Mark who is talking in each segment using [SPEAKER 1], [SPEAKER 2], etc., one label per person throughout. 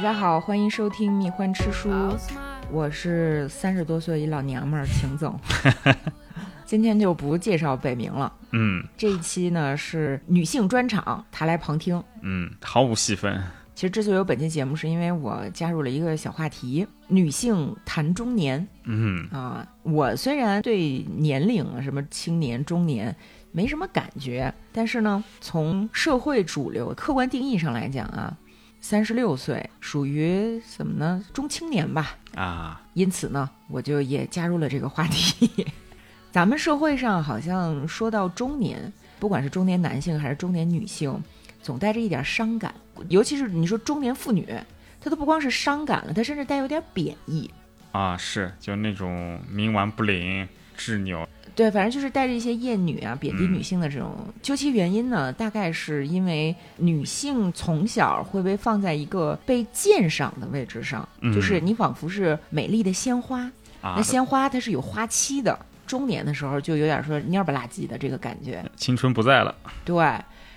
[SPEAKER 1] 家好，欢迎收听《蜜獾吃书》，我是三十多岁一老娘们儿晴总。今天就不介绍北冥了，
[SPEAKER 2] 嗯
[SPEAKER 1] 这一期呢是女性专场，她来旁听。
[SPEAKER 2] 嗯，毫无戏份。
[SPEAKER 1] 其实之所以有本期节目，是因为我加入了一个小话题——女性谈中年
[SPEAKER 2] 嗯
[SPEAKER 1] 啊。我虽然对年龄啊，什么青年、中年没什么感觉，但是呢，从社会主流客观定义上来讲啊，三十六岁属于怎么呢？中青年吧。
[SPEAKER 2] 啊，
[SPEAKER 1] 因此呢，我就也加入了这个话题。 咱们社会上好像说到中年，不管是中年男性还是中年女性，总带着一点伤感，尤其是你说中年妇女，她都不光是伤感了，她甚至带有点贬义。
[SPEAKER 2] 啊，是，就那种冥顽不灵、执拗。
[SPEAKER 1] 对，反正就是带着一些厌女啊、贬低
[SPEAKER 2] 嗯
[SPEAKER 1] 女性的这种。究其原因呢，大概是因为女性从小会被放在一个被鉴赏的位置上，就是
[SPEAKER 2] 嗯
[SPEAKER 1] 你仿佛是美丽的鲜花，
[SPEAKER 2] 啊
[SPEAKER 1] 那，鲜花它是有花期的，中年的时候就有点说蔫不拉几的这个感觉。
[SPEAKER 2] 青春不在了。
[SPEAKER 1] 对，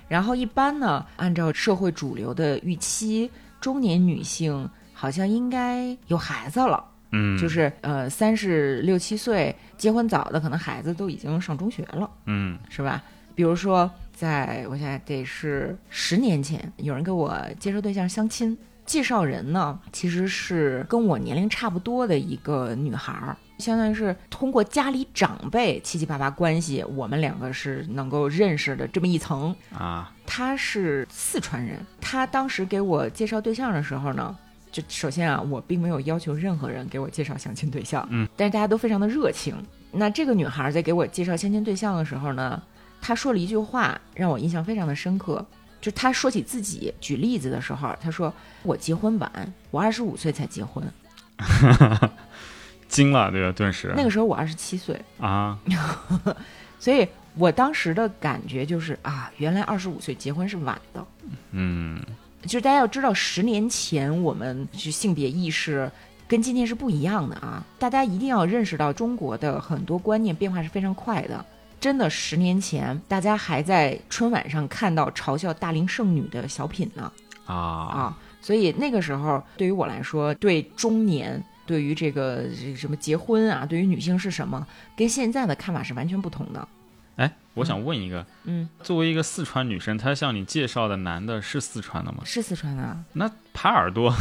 [SPEAKER 1] 然后一般呢，按照社会主流的预期，中年女性好像应该有孩子了，
[SPEAKER 2] 嗯，
[SPEAKER 1] 就是呃三十六七岁结婚早的，可能孩子都已经上中学了，
[SPEAKER 2] 嗯
[SPEAKER 1] 是吧？比如说，在我现在得是十年前，有人给我介绍对象相亲，介绍人呢其实是跟我年龄差不多的一个女孩儿，相当于是通过家里长辈七七八八关系，我们两个是能够认识的这么一层。
[SPEAKER 2] 啊，
[SPEAKER 1] 她是四川人，她当时给我介绍对象的时候呢。就首先啊，我并没有要求任何人给我介绍相亲对象，
[SPEAKER 2] 嗯，
[SPEAKER 1] 但是大家都非常的热情。那这个女孩在给我介绍相亲对象的时候呢，她说了一句话让我印象非常的深刻，就她说起自己举例子的时候，啊她说我结婚晚，我二十五岁才结婚，
[SPEAKER 2] 惊了，对吧？顿时
[SPEAKER 1] 那个时候我二十七岁，
[SPEAKER 2] 啊，
[SPEAKER 1] 所以我当时的感觉就是啊，原来二十五岁结婚是晚的，
[SPEAKER 2] 嗯
[SPEAKER 1] 就是大家要知道，十年前我们去性别意识跟今天是不一样的啊！大家一定要认识到，中国的很多观念变化是非常快的。真的，十年前大家还在春晚上看到嘲笑大龄剩女的小品呢
[SPEAKER 2] 啊
[SPEAKER 1] 啊！所以那个时候，对于我来说，对中年，对于这个这个什么结婚啊，对于女性是什么，跟现在的看法是完全不同的。
[SPEAKER 2] 哎，我想问一个，
[SPEAKER 1] 嗯，
[SPEAKER 2] 作为一个四川女生，她向你介绍的男的是四川的吗？
[SPEAKER 1] 是四川的、啊。
[SPEAKER 2] 那耙耳朵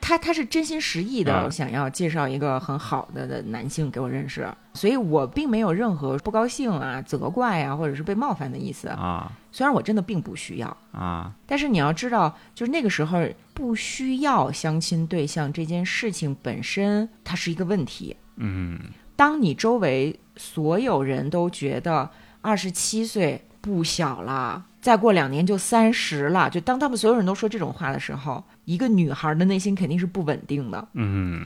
[SPEAKER 1] 他他是真心实意的
[SPEAKER 2] 嗯
[SPEAKER 1] 想要介绍一个很好的的男性给我认识，所以我并没有任何不高兴啊、责怪啊，或者是被冒犯的意思。
[SPEAKER 2] 啊
[SPEAKER 1] 虽然我真的并不需要，
[SPEAKER 2] 啊，
[SPEAKER 1] 但是你要知道，就是那个时候不需要相亲对象这件事情本身，它是一个问题。
[SPEAKER 2] 嗯
[SPEAKER 1] 当你周围所有人都觉得二十七岁不小了，再过两年就三十了，就当他们所有人都说这种话的时候，一个女孩的内心肯定是不稳定的。
[SPEAKER 2] 嗯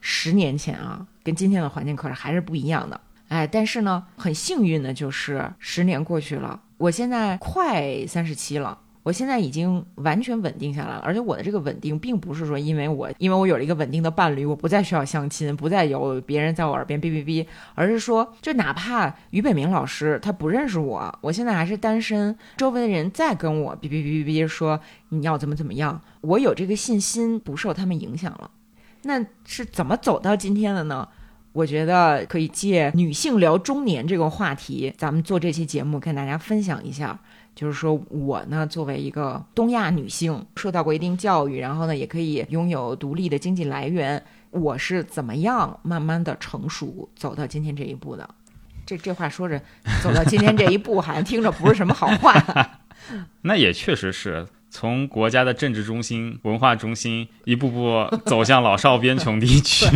[SPEAKER 1] 十年前啊，跟今天的环境可是还是不一样的。哎，但是呢，很幸运的就是十年过去了，我现在快三十七了。我现在已经完全稳定下来了，而且我的这个稳定并不是说因为我因为我有了一个稳定的伴侣，我不再需要相亲，不再有别人在我耳边哔哔哔，而是说，就哪怕俞北明老师他不认识我，我现在还是单身，周围的人再跟我哔哔哔哔哔说你要怎么怎么样，我有这个信心不受他们影响了。那是怎么走到今天的呢？我觉得可以借女性聊中年这个话题，咱们做这期节目跟大家分享一下。就是说我呢，作为一个东亚女性，受到过一定教育，然后呢，也可以拥有独立的经济来源，我是怎么样慢慢的成熟，走到今天这一步的？这这话说着，走到今天这一步，好像听着不是什么好话。
[SPEAKER 2] 那也确实是从国家的政治中心、文化中心一步步走向老少边穷地区。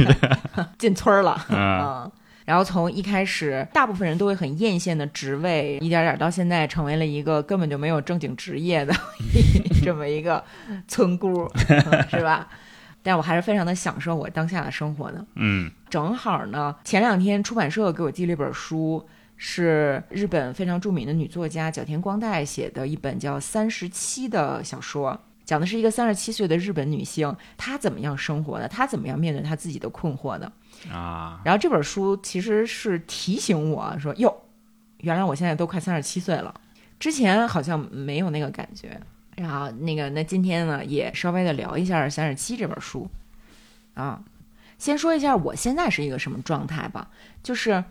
[SPEAKER 1] 进村儿了
[SPEAKER 2] 嗯
[SPEAKER 1] 嗯，然后从一开始，大部分人都会很艳羡的职位，一点点到现在成为了一个根本就没有正经职业的 这么一个村姑， 嗯是吧？但我还是非常的享受我当下的生活的。
[SPEAKER 2] 嗯
[SPEAKER 1] 正好呢，前两天出版社给我寄了一本书，是日本非常著名的女作家角田光代写的一本叫《三十七》的小说，讲的是一个三十七岁的日本女性，她怎么样生活的，她怎么样面对她自己的困惑的。
[SPEAKER 2] 啊，
[SPEAKER 1] 然后这本书其实是提醒我说：“哟，原来我现在都快三十七岁了，之前好像没有那个感觉。”然后那个，那今天呢也稍微的聊一下《三十七》这本书，啊，先说一下我现在是一个什么状态吧。就是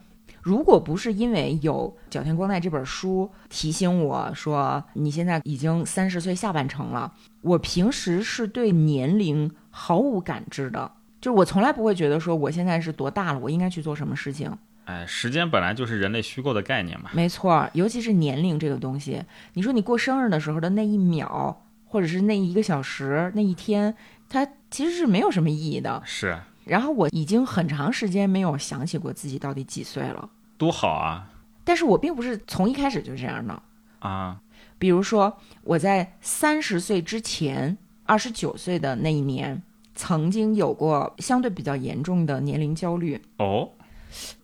[SPEAKER 1] 如果不是因为有《角田光代》这本书提醒我说你现在已经三十岁下半程了，我平时是对年龄毫无感知的，就是我从来不会觉得说我现在是多大了，我应该去做什么事情。
[SPEAKER 2] 哎，时间本来就是人类虚构的概念嘛。
[SPEAKER 1] 没错，尤其是年龄这个东西，你说你过生日的时候的那一秒，或者是那一个小时、那一天，它其实是没有什么意义的。
[SPEAKER 2] 是，
[SPEAKER 1] 然后我已经很长时间没有想起过自己到底几岁了，
[SPEAKER 2] 多好啊
[SPEAKER 1] 但是我并不是从一开始就这样的。
[SPEAKER 2] 啊！
[SPEAKER 1] 比如说，我在三十岁之前，二十九岁的那一年，曾经有过相对比较严重的年龄焦虑。
[SPEAKER 2] 哦，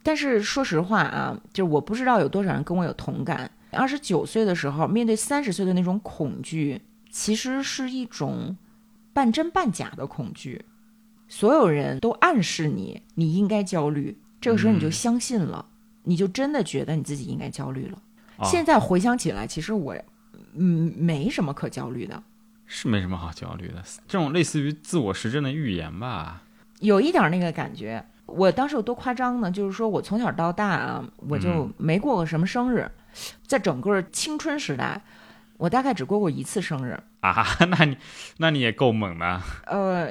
[SPEAKER 1] 但是说实话啊，就是我不知道有多少人跟我有同感。二十九岁的时候，面对三十岁的那种恐惧，其实是一种半真半假的恐惧。所有人都暗示你，你应该焦虑，这个时候你就相信了，你就真的觉得你自己应该焦虑了。
[SPEAKER 2] 啊
[SPEAKER 1] 现在回想起来，其实我嗯没什么可焦虑的，
[SPEAKER 2] 是没什么好焦虑的，这种类似于自我实证的预言吧。
[SPEAKER 1] 有一点那个感觉。我当时有多夸张呢？就是说我从小到大啊，我就没过过什么生日，在整个青春时代，我大概只过过一次生日。
[SPEAKER 2] 啊，那你那你也够猛的
[SPEAKER 1] 呃，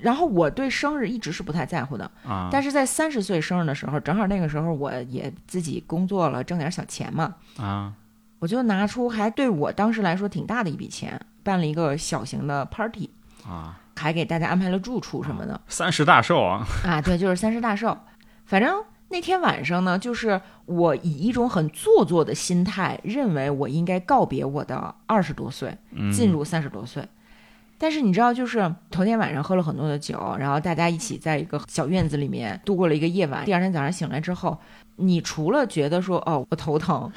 [SPEAKER 1] 然后我对生日一直是不太在乎的，
[SPEAKER 2] 啊！
[SPEAKER 1] 但是在三十岁生日的时候，正好那个时候我也自己工作了，挣点小钱嘛，
[SPEAKER 2] 啊，
[SPEAKER 1] 我就拿出还对我当时来说挺大的一笔钱，办了一个小型的 party
[SPEAKER 2] 啊，
[SPEAKER 1] 还给大家安排了住处什么的
[SPEAKER 2] 三十大寿啊！
[SPEAKER 1] 啊，对，就是三十大寿。反正那天晚上呢，就是我以一种很做作的心态，认为我应该告别我的二十多岁，
[SPEAKER 2] 嗯，
[SPEAKER 1] 进入三十多岁。但是你知道，就是头天晚上喝了很多的酒，然后大家一起在一个小院子里面度过了一个夜晚。第二天早上醒来之后，你除了觉得说哦我头 疼，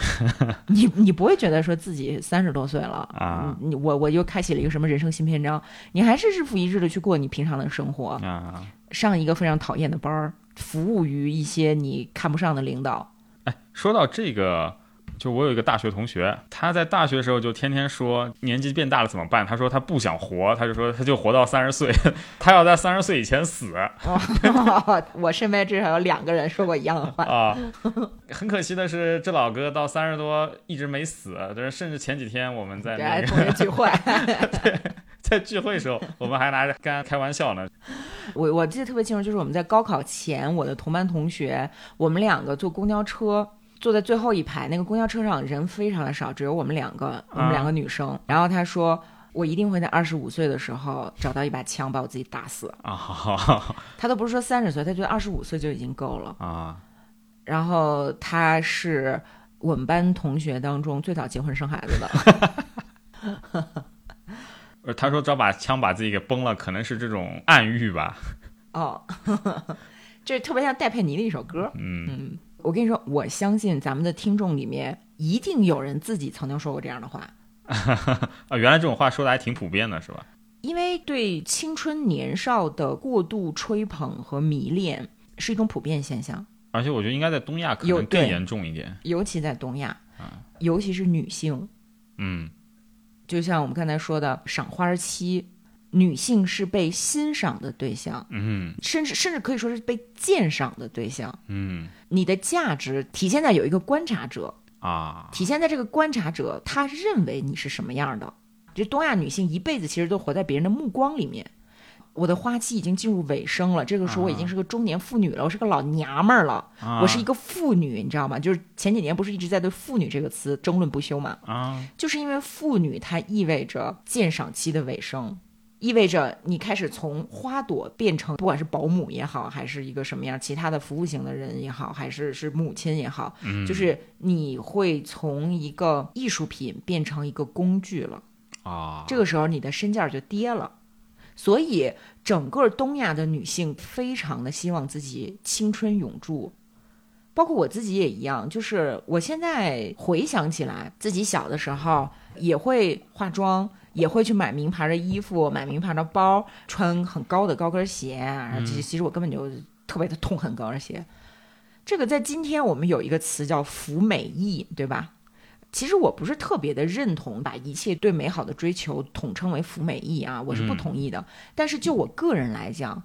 [SPEAKER 1] 你你不会觉得说自己三十多岁了
[SPEAKER 2] 啊
[SPEAKER 1] 嗯你我我又开启了一个什么人生新篇章，你还是日复一日的去过你平常的生活，
[SPEAKER 2] 啊，
[SPEAKER 1] 上一个非常讨厌的班儿，服务于一些你看不上的领导。
[SPEAKER 2] 说到这个，就我有一个大学同学，他在大学时候就天天说年纪变大了怎么办？他说他不想活，他就说他就活到三十岁， 他要在三十岁以前死
[SPEAKER 1] 哦，我身边至少有两个人说过一样 的话。
[SPEAKER 2] 啊。很可惜的是，这老哥到三十多一直没死，就是甚至前几天我们在
[SPEAKER 1] 对
[SPEAKER 2] 那
[SPEAKER 1] 啊，
[SPEAKER 2] 个
[SPEAKER 1] 同学聚会，
[SPEAKER 2] 在聚会时候，我们还拿着跟他开玩 笑呢。
[SPEAKER 1] 我我记得特别清楚，就是我们在高考前，我的同班同学，我们两个坐公交车，坐在最后一排。那个公交车上人非常的少，只有我们两个，我们两个女生。然后他说，我一定会在二十五岁的时候找到一把枪，把我自己打死。
[SPEAKER 2] 啊啊
[SPEAKER 1] 他都不是说三十岁，他觉得二十五岁就已经够了。
[SPEAKER 2] 啊！
[SPEAKER 1] 然后他是我们班同学当中最早结婚生孩子的。
[SPEAKER 2] 呃他说只要把枪把自己给崩了，可能是这种暗喻吧。
[SPEAKER 1] 哦， 这特别像戴佩妮的一首歌。
[SPEAKER 2] 嗯，
[SPEAKER 1] 嗯，我跟你说，我相信咱们的听众里面一定有人自己曾经说过这样的话，
[SPEAKER 2] 啊，原来这种话说的还挺普遍的，是吧？
[SPEAKER 1] 因为对青春年少的过度吹捧和迷恋是一种普遍现象，
[SPEAKER 2] 而且我觉得应该在东亚可
[SPEAKER 1] 有
[SPEAKER 2] 能更
[SPEAKER 1] 对
[SPEAKER 2] 严重一点。
[SPEAKER 1] 尤其在东亚，尤其是女性。
[SPEAKER 2] 嗯，
[SPEAKER 1] 就像我们刚才说的，赏花期，女性是被欣赏的对象，
[SPEAKER 2] 嗯
[SPEAKER 1] 甚至甚至可以说是被鉴赏的对象。
[SPEAKER 2] 嗯
[SPEAKER 1] 你的价值体现在有一个观察者，
[SPEAKER 2] 啊，
[SPEAKER 1] 体现在这个观察者他认为你是什么样的。这东亚女性一辈子其实都活在别人的目光里面。我的花期已经进入尾声了，这个时候我已经是个中年妇女了，我是个老娘们儿了，
[SPEAKER 2] 啊
[SPEAKER 1] 我是一个妇女，你知道吗？就是前几年不是一直在对“妇女”这个词争论不休吗？
[SPEAKER 2] 啊
[SPEAKER 1] 就是因为妇女它意味着鉴赏期的尾声，意味着你开始从花朵变成不管是保姆也好，还是一个什么样其他的服务型的人也好，还是是母亲也好，
[SPEAKER 2] 嗯
[SPEAKER 1] 就是你会从一个艺术品变成一个工具了。
[SPEAKER 2] 啊，
[SPEAKER 1] 这个时候你的身价就跌了。所以，整个东亚的女性非常的希望自己青春永驻，包括我自己也一样。就是我现在回想起来，自己小的时候也会化妆，也会去买名牌的衣服、买名牌的包，穿很高的高跟鞋。然后其其实我根本就特别的痛恨高跟鞋。这个在今天我们有一个词叫“服美役”，对吧？其实我不是特别的认同把一切对美好的追求统称为服美役啊，我是不同意的。但是就我个人来讲，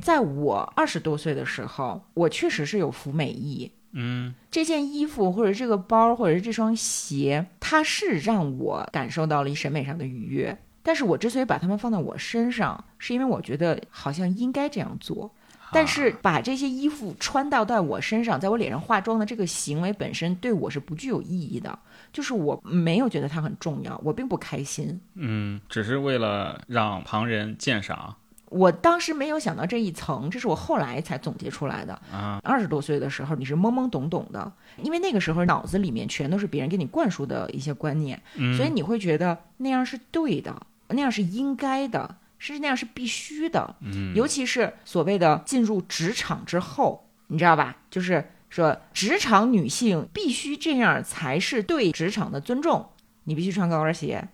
[SPEAKER 1] 在我二十多岁的时候，我确实是有服美役。
[SPEAKER 2] 嗯
[SPEAKER 1] 这件衣服或者这个包或者这双鞋，它是让我感受到了一审美上的愉悦。但是我之所以把它们放在我身上，是因为我觉得好像应该这样做。
[SPEAKER 2] 啊
[SPEAKER 1] 但是把这些衣服穿到在我身上，在我脸上化妆的这个行为本身对我是不具有意义的，就是我没有觉得它很重要，我并不开心。
[SPEAKER 2] 嗯，只是为了让旁人鉴赏
[SPEAKER 1] 我当时没有想到这一层，这是我后来才总结出来的。
[SPEAKER 2] 啊，
[SPEAKER 1] 二十多岁的时候，你是懵懵懂懂的，因为那个时候脑子里面全都是别人给你灌输的一些观念，
[SPEAKER 2] 嗯
[SPEAKER 1] 所以你会觉得那样是对的，那样是应该的，甚至那样是必须的。
[SPEAKER 2] 嗯，
[SPEAKER 1] 尤其是所谓的进入职场之后，你知道吧？就是说，职场女性必须这样才是对职场的尊重，你必须穿高跟鞋。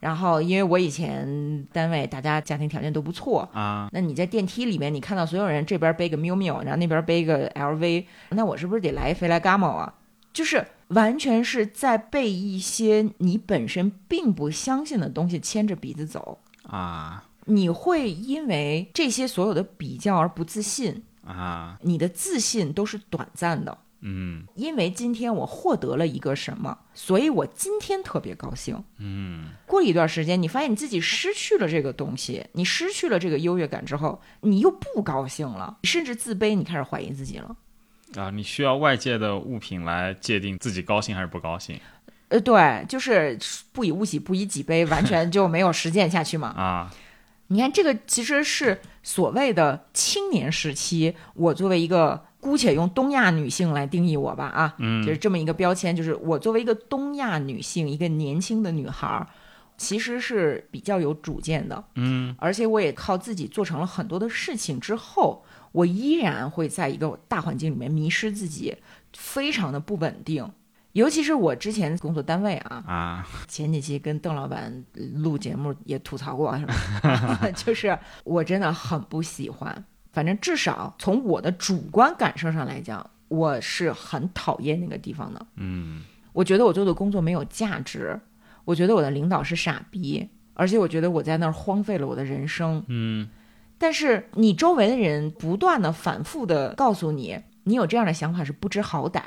[SPEAKER 1] 然后，因为我以前单位大家家庭条件都不错，
[SPEAKER 2] 啊，
[SPEAKER 1] 那你在电梯里面，你看到所有人这边背个 miu miu，然后那边背个 LV，那我是不是得来一飞来 gamo 啊？就是完全是在被一些你本身并不相信的东西牵着鼻子走，
[SPEAKER 2] 啊
[SPEAKER 1] 你会因为这些所有的比较而不自信，
[SPEAKER 2] 啊，
[SPEAKER 1] 你的自信都是短暂的。
[SPEAKER 2] 嗯
[SPEAKER 1] 因为今天我获得了一个什么，所以我今天特别高兴。
[SPEAKER 2] 嗯
[SPEAKER 1] 过了一段时间，你发现你自己失去了这个东西，你失去了这个优越感之后，你又不高兴了，甚至自卑，你开始怀疑自己了。
[SPEAKER 2] 啊，你需要外界的物品来界定自己高兴还是不高兴
[SPEAKER 1] 呃，对，就是不以物喜，不以己悲，完全就没有实践下去嘛。
[SPEAKER 2] 啊，
[SPEAKER 1] 你看，这个其实是所谓的青年时期，我作为一个。姑且用东亚女性来定义我吧，啊，
[SPEAKER 2] 嗯
[SPEAKER 1] 就是这么一个标签，就是我作为一个东亚女性，一个年轻的女孩儿，其实是比较有主见的，
[SPEAKER 2] 嗯
[SPEAKER 1] 而且我也靠自己做成了很多的事情之后，我依然会在一个大环境里面迷失自己，非常的不稳定。尤其是我之前工作单位啊，
[SPEAKER 2] 啊
[SPEAKER 1] 前几期跟邓老板录节目也吐槽过，是吧？就是我真的很不喜欢，反正至少从我的主观感受上来讲，我是很讨厌那个地方的。
[SPEAKER 2] 嗯
[SPEAKER 1] 我觉得我做的工作没有价值，我觉得我的领导是傻逼，而且我觉得我在那儿荒废了我的人生。
[SPEAKER 2] 嗯
[SPEAKER 1] 但是你周围的人不断的反复的告诉你，你有这样的想法是不知好歹。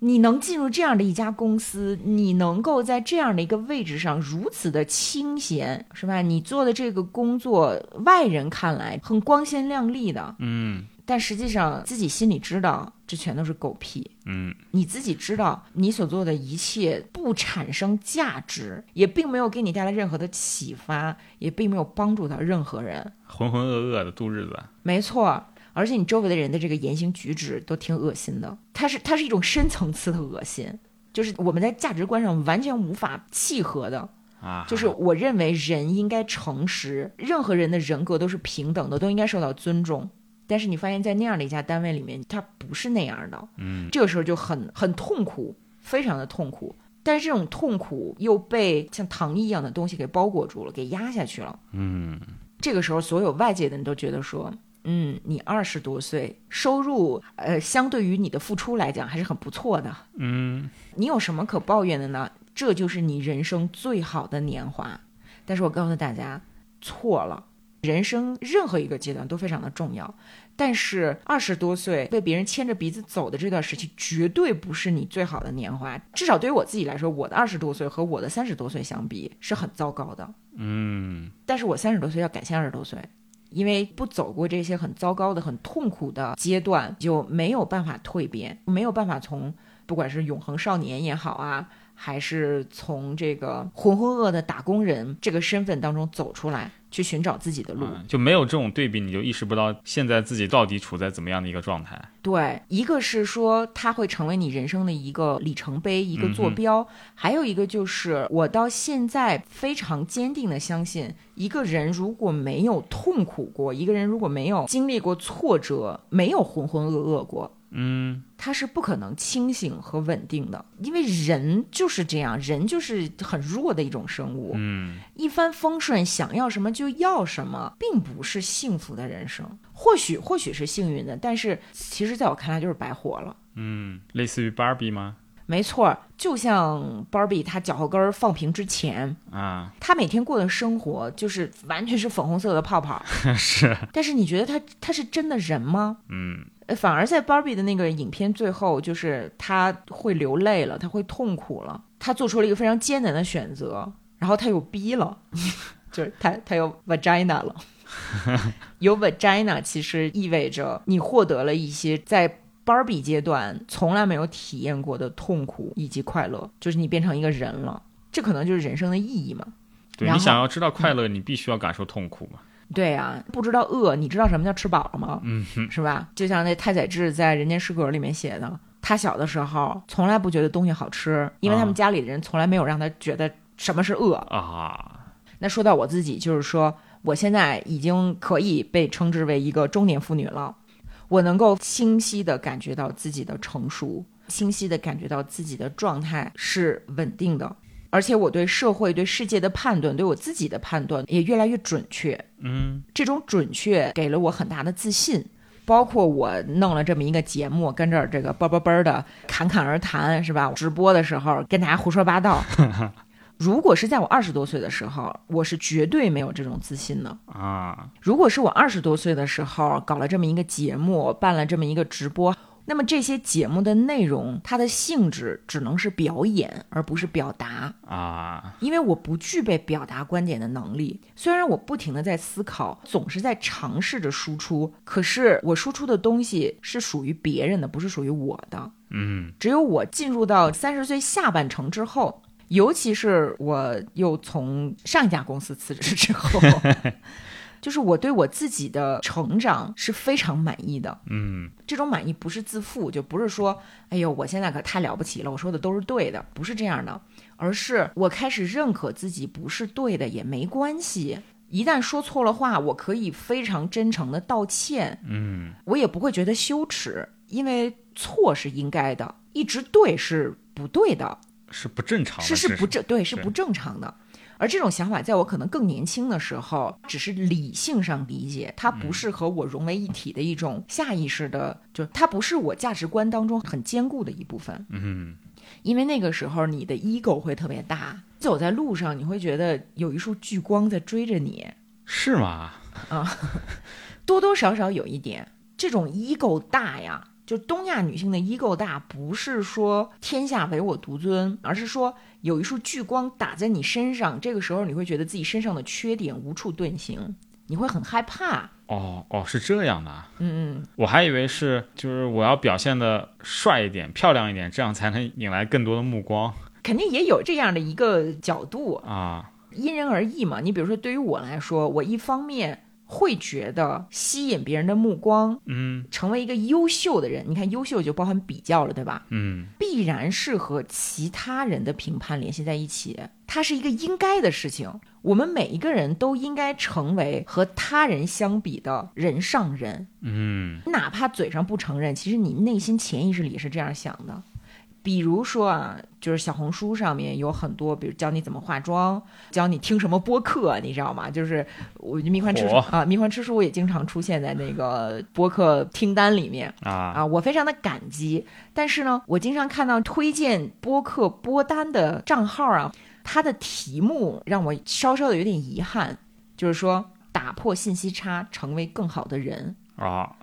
[SPEAKER 1] 你能进入这样的一家公司，你能够在这样的一个位置上如此的清闲，是吧？你做的这个工作，外人看来很光鲜亮丽的，
[SPEAKER 2] 嗯
[SPEAKER 1] 但实际上自己心里知道，这全都是狗屁。
[SPEAKER 2] 嗯
[SPEAKER 1] 你自己知道，你所做的一切不产生价值，也并没有给你带来任何的启发，也并没有帮助到任何人。
[SPEAKER 2] 浑浑噩噩的度日子，
[SPEAKER 1] 没错，而且你周围的人的这个言行举止都挺恶心的，它是它是一种深层次的恶心，就是我们在价值观上完全无法契合的。
[SPEAKER 2] 啊，
[SPEAKER 1] 就是我认为人应该诚实，任何人的人格都是平等的，都应该受到尊重。但是你发现，在那样的一家单位里面，它不是那样的，
[SPEAKER 2] 嗯
[SPEAKER 1] 这个时候就很很痛苦，非常的痛苦。但是这种痛苦又被像糖衣一样的东西给包裹住了，给压下去了。
[SPEAKER 2] 嗯
[SPEAKER 1] 这个时候，所有外界的人都觉得说，嗯，你二十多岁，收入呃，相对于你的付出来讲还是很不错的，
[SPEAKER 2] 嗯
[SPEAKER 1] 你有什么可抱怨的呢？这就是你人生最好的年华。但是我告诉大家，错了。人生任何一个阶段都非常的重要，但是二十多岁被别人牵着鼻子走的这段时期，绝对不是你最好的年华。至少对于我自己来说，我的二十多岁和我的三十多岁相比是很糟糕的。
[SPEAKER 2] 嗯
[SPEAKER 1] 但是我三十多岁要感谢二十多岁，因为不走过这些很糟糕的、很痛苦的阶段，就没有办法蜕变，没有办法从不管是永恒少年也好啊，还是从这个浑浑噩噩的打工人这个身份当中走出来，去寻找自己的路。
[SPEAKER 2] 嗯，就没有这种对比，你就意识不到现在自己到底处在怎么样的一个状态。
[SPEAKER 1] 对，一个是说它会成为你人生的一个里程碑、一个坐标，还有一个就是我到现在非常坚定的相信，一个人如果没有痛苦过，一个人如果没有经历过挫折，没有浑浑噩噩过。
[SPEAKER 2] 嗯
[SPEAKER 1] 他是不可能清醒和稳定的，因为人就是这样，人就是很弱的一种生物。
[SPEAKER 2] 嗯
[SPEAKER 1] 一帆风顺，想要什么就要什么，并不是幸福的人生。或许或许是幸运的，但是其实在我看来就是白活了。
[SPEAKER 2] 嗯，类似于芭比吗？
[SPEAKER 1] 没错，就像 Barbie 她脚后跟儿放平之前，
[SPEAKER 2] 啊，
[SPEAKER 1] 她每天过的生活就是完全是粉红色的泡泡。
[SPEAKER 2] 是，
[SPEAKER 1] 但是你觉得她她是真的人吗？
[SPEAKER 2] 嗯
[SPEAKER 1] 呃反而在 Barbie 的那个影片最后，就是她会流泪了，她会痛苦了，她做出了一个非常艰难的选择，然后她又逼了， 就是她她又 vagina 了。有 vagina 其实意味着你获得了一些在 Barbie 阶段从来没有体验过的痛苦以及快乐，就是你变成一个人了，这可能就是人生的意义嘛。
[SPEAKER 2] 对
[SPEAKER 1] 然
[SPEAKER 2] 你
[SPEAKER 1] 后
[SPEAKER 2] 想要知道快乐，你必须要感受痛苦嘛。
[SPEAKER 1] 对啊，不知道饿，你知道什么叫吃饱了吗？
[SPEAKER 2] 嗯哼，
[SPEAKER 1] 是吧？就像那太宰治在《人间失格》里面写的，他小的时候从来不觉得东西好吃，因为他们
[SPEAKER 2] 啊
[SPEAKER 1] 家里的人从来没有让他觉得什么是饿。
[SPEAKER 2] 啊，
[SPEAKER 1] 那说到我自己，就是说我现在已经可以被称之为一个中年妇女了，我能够清晰的感觉到自己的成熟，清晰的感觉到自己的状态是稳定的。而且我对社会、对世界的判断，对我自己的判断也越来越准确。
[SPEAKER 2] 嗯
[SPEAKER 1] 这种准确给了我很大的自信。包括我弄了这么一个节目，跟这儿这个啵啵啵的侃侃而谈，是吧？直播的时候跟大家胡说八道。如果是在我二十多岁的时候，我是绝对没有这种自信的。
[SPEAKER 2] 啊，
[SPEAKER 1] 如果是我二十多岁的时候搞了这么一个节目，办了这么一个直播，那么这些节目的内容，它的性质只能是表演，而不是表达。
[SPEAKER 2] 啊，
[SPEAKER 1] 因为我不具备表达观点的能力。虽然我不停的在思考，总是在尝试着输出，可是我输出的东西是属于别人的，不是属于我的。
[SPEAKER 2] 嗯
[SPEAKER 1] 只有我进入到三十岁下半程之后，尤其是我又从上一家公司辞职之 后，就是我对我自己的成长是非常满意的。
[SPEAKER 2] 嗯
[SPEAKER 1] 这种满意不是自负，就不是说，哎呦，我现在可太了不起了，我说的都是对的，不是这样的，而是我开始认可自己不是对的也没关系。一旦说错了话，我可以非常真诚的道歉，
[SPEAKER 2] 嗯
[SPEAKER 1] 我也不会觉得羞耻，因为错是应该的，一直对是不对的，
[SPEAKER 2] 是不正常的，
[SPEAKER 1] 是是
[SPEAKER 2] 这
[SPEAKER 1] 不正对是
[SPEAKER 2] 对
[SPEAKER 1] 不正常的。而这种想法，在我可能更年轻的时候，只是理性上理解，它
[SPEAKER 2] 嗯
[SPEAKER 1] 不是和我融为一体的一种下意识的，就它不是我价值观当中很坚固的一部分。
[SPEAKER 2] 嗯
[SPEAKER 1] 因为那个时候你的 ego 会特别大，走在路上你会觉得有一束聚光在追着你，
[SPEAKER 2] 是吗？
[SPEAKER 1] 多多少少有一点这种 ego 大呀。就东亚女性的 ego 大，不是说天下唯我独尊，而是说有一束聚光打在你身上，这个时候你会觉得自己身上的缺点无处遁形，你会很害怕。
[SPEAKER 2] 哦哦，是这样的啊，
[SPEAKER 1] 嗯嗯，
[SPEAKER 2] 我还以为是就是我要表现的帅一点、漂亮一点，这样才能引来更多的目光
[SPEAKER 1] 肯定也有这样的一个角度，
[SPEAKER 2] 啊。
[SPEAKER 1] 因人而异嘛。你比如说，对于我来说，我一方面会觉得吸引别人的目光，
[SPEAKER 2] 嗯
[SPEAKER 1] 成为一个优秀的人，你看优秀就包含比较了，对吧？
[SPEAKER 2] 嗯
[SPEAKER 1] 必然是和其他人的评判联系在一起，它是一个应该的事情。我们每一个人都应该成为和他人相比的人上人，
[SPEAKER 2] 嗯
[SPEAKER 1] 哪怕嘴上不承认，其实你内心潜意识里是这样想的。比如说啊，就是小红书上面有很多，比如教你怎么化妆，教你听什么播客，你知道吗？就是我迷幻吃书
[SPEAKER 2] 火
[SPEAKER 1] 啊，迷幻吃书也经常出现在那个播客听单里面。
[SPEAKER 2] 啊
[SPEAKER 1] 啊，我非常的感激。但是呢，我经常看到推荐播客播单的账号啊，它的题目让我稍稍的有点遗憾，就是说打破信息差，成为更好的人。
[SPEAKER 2] 啊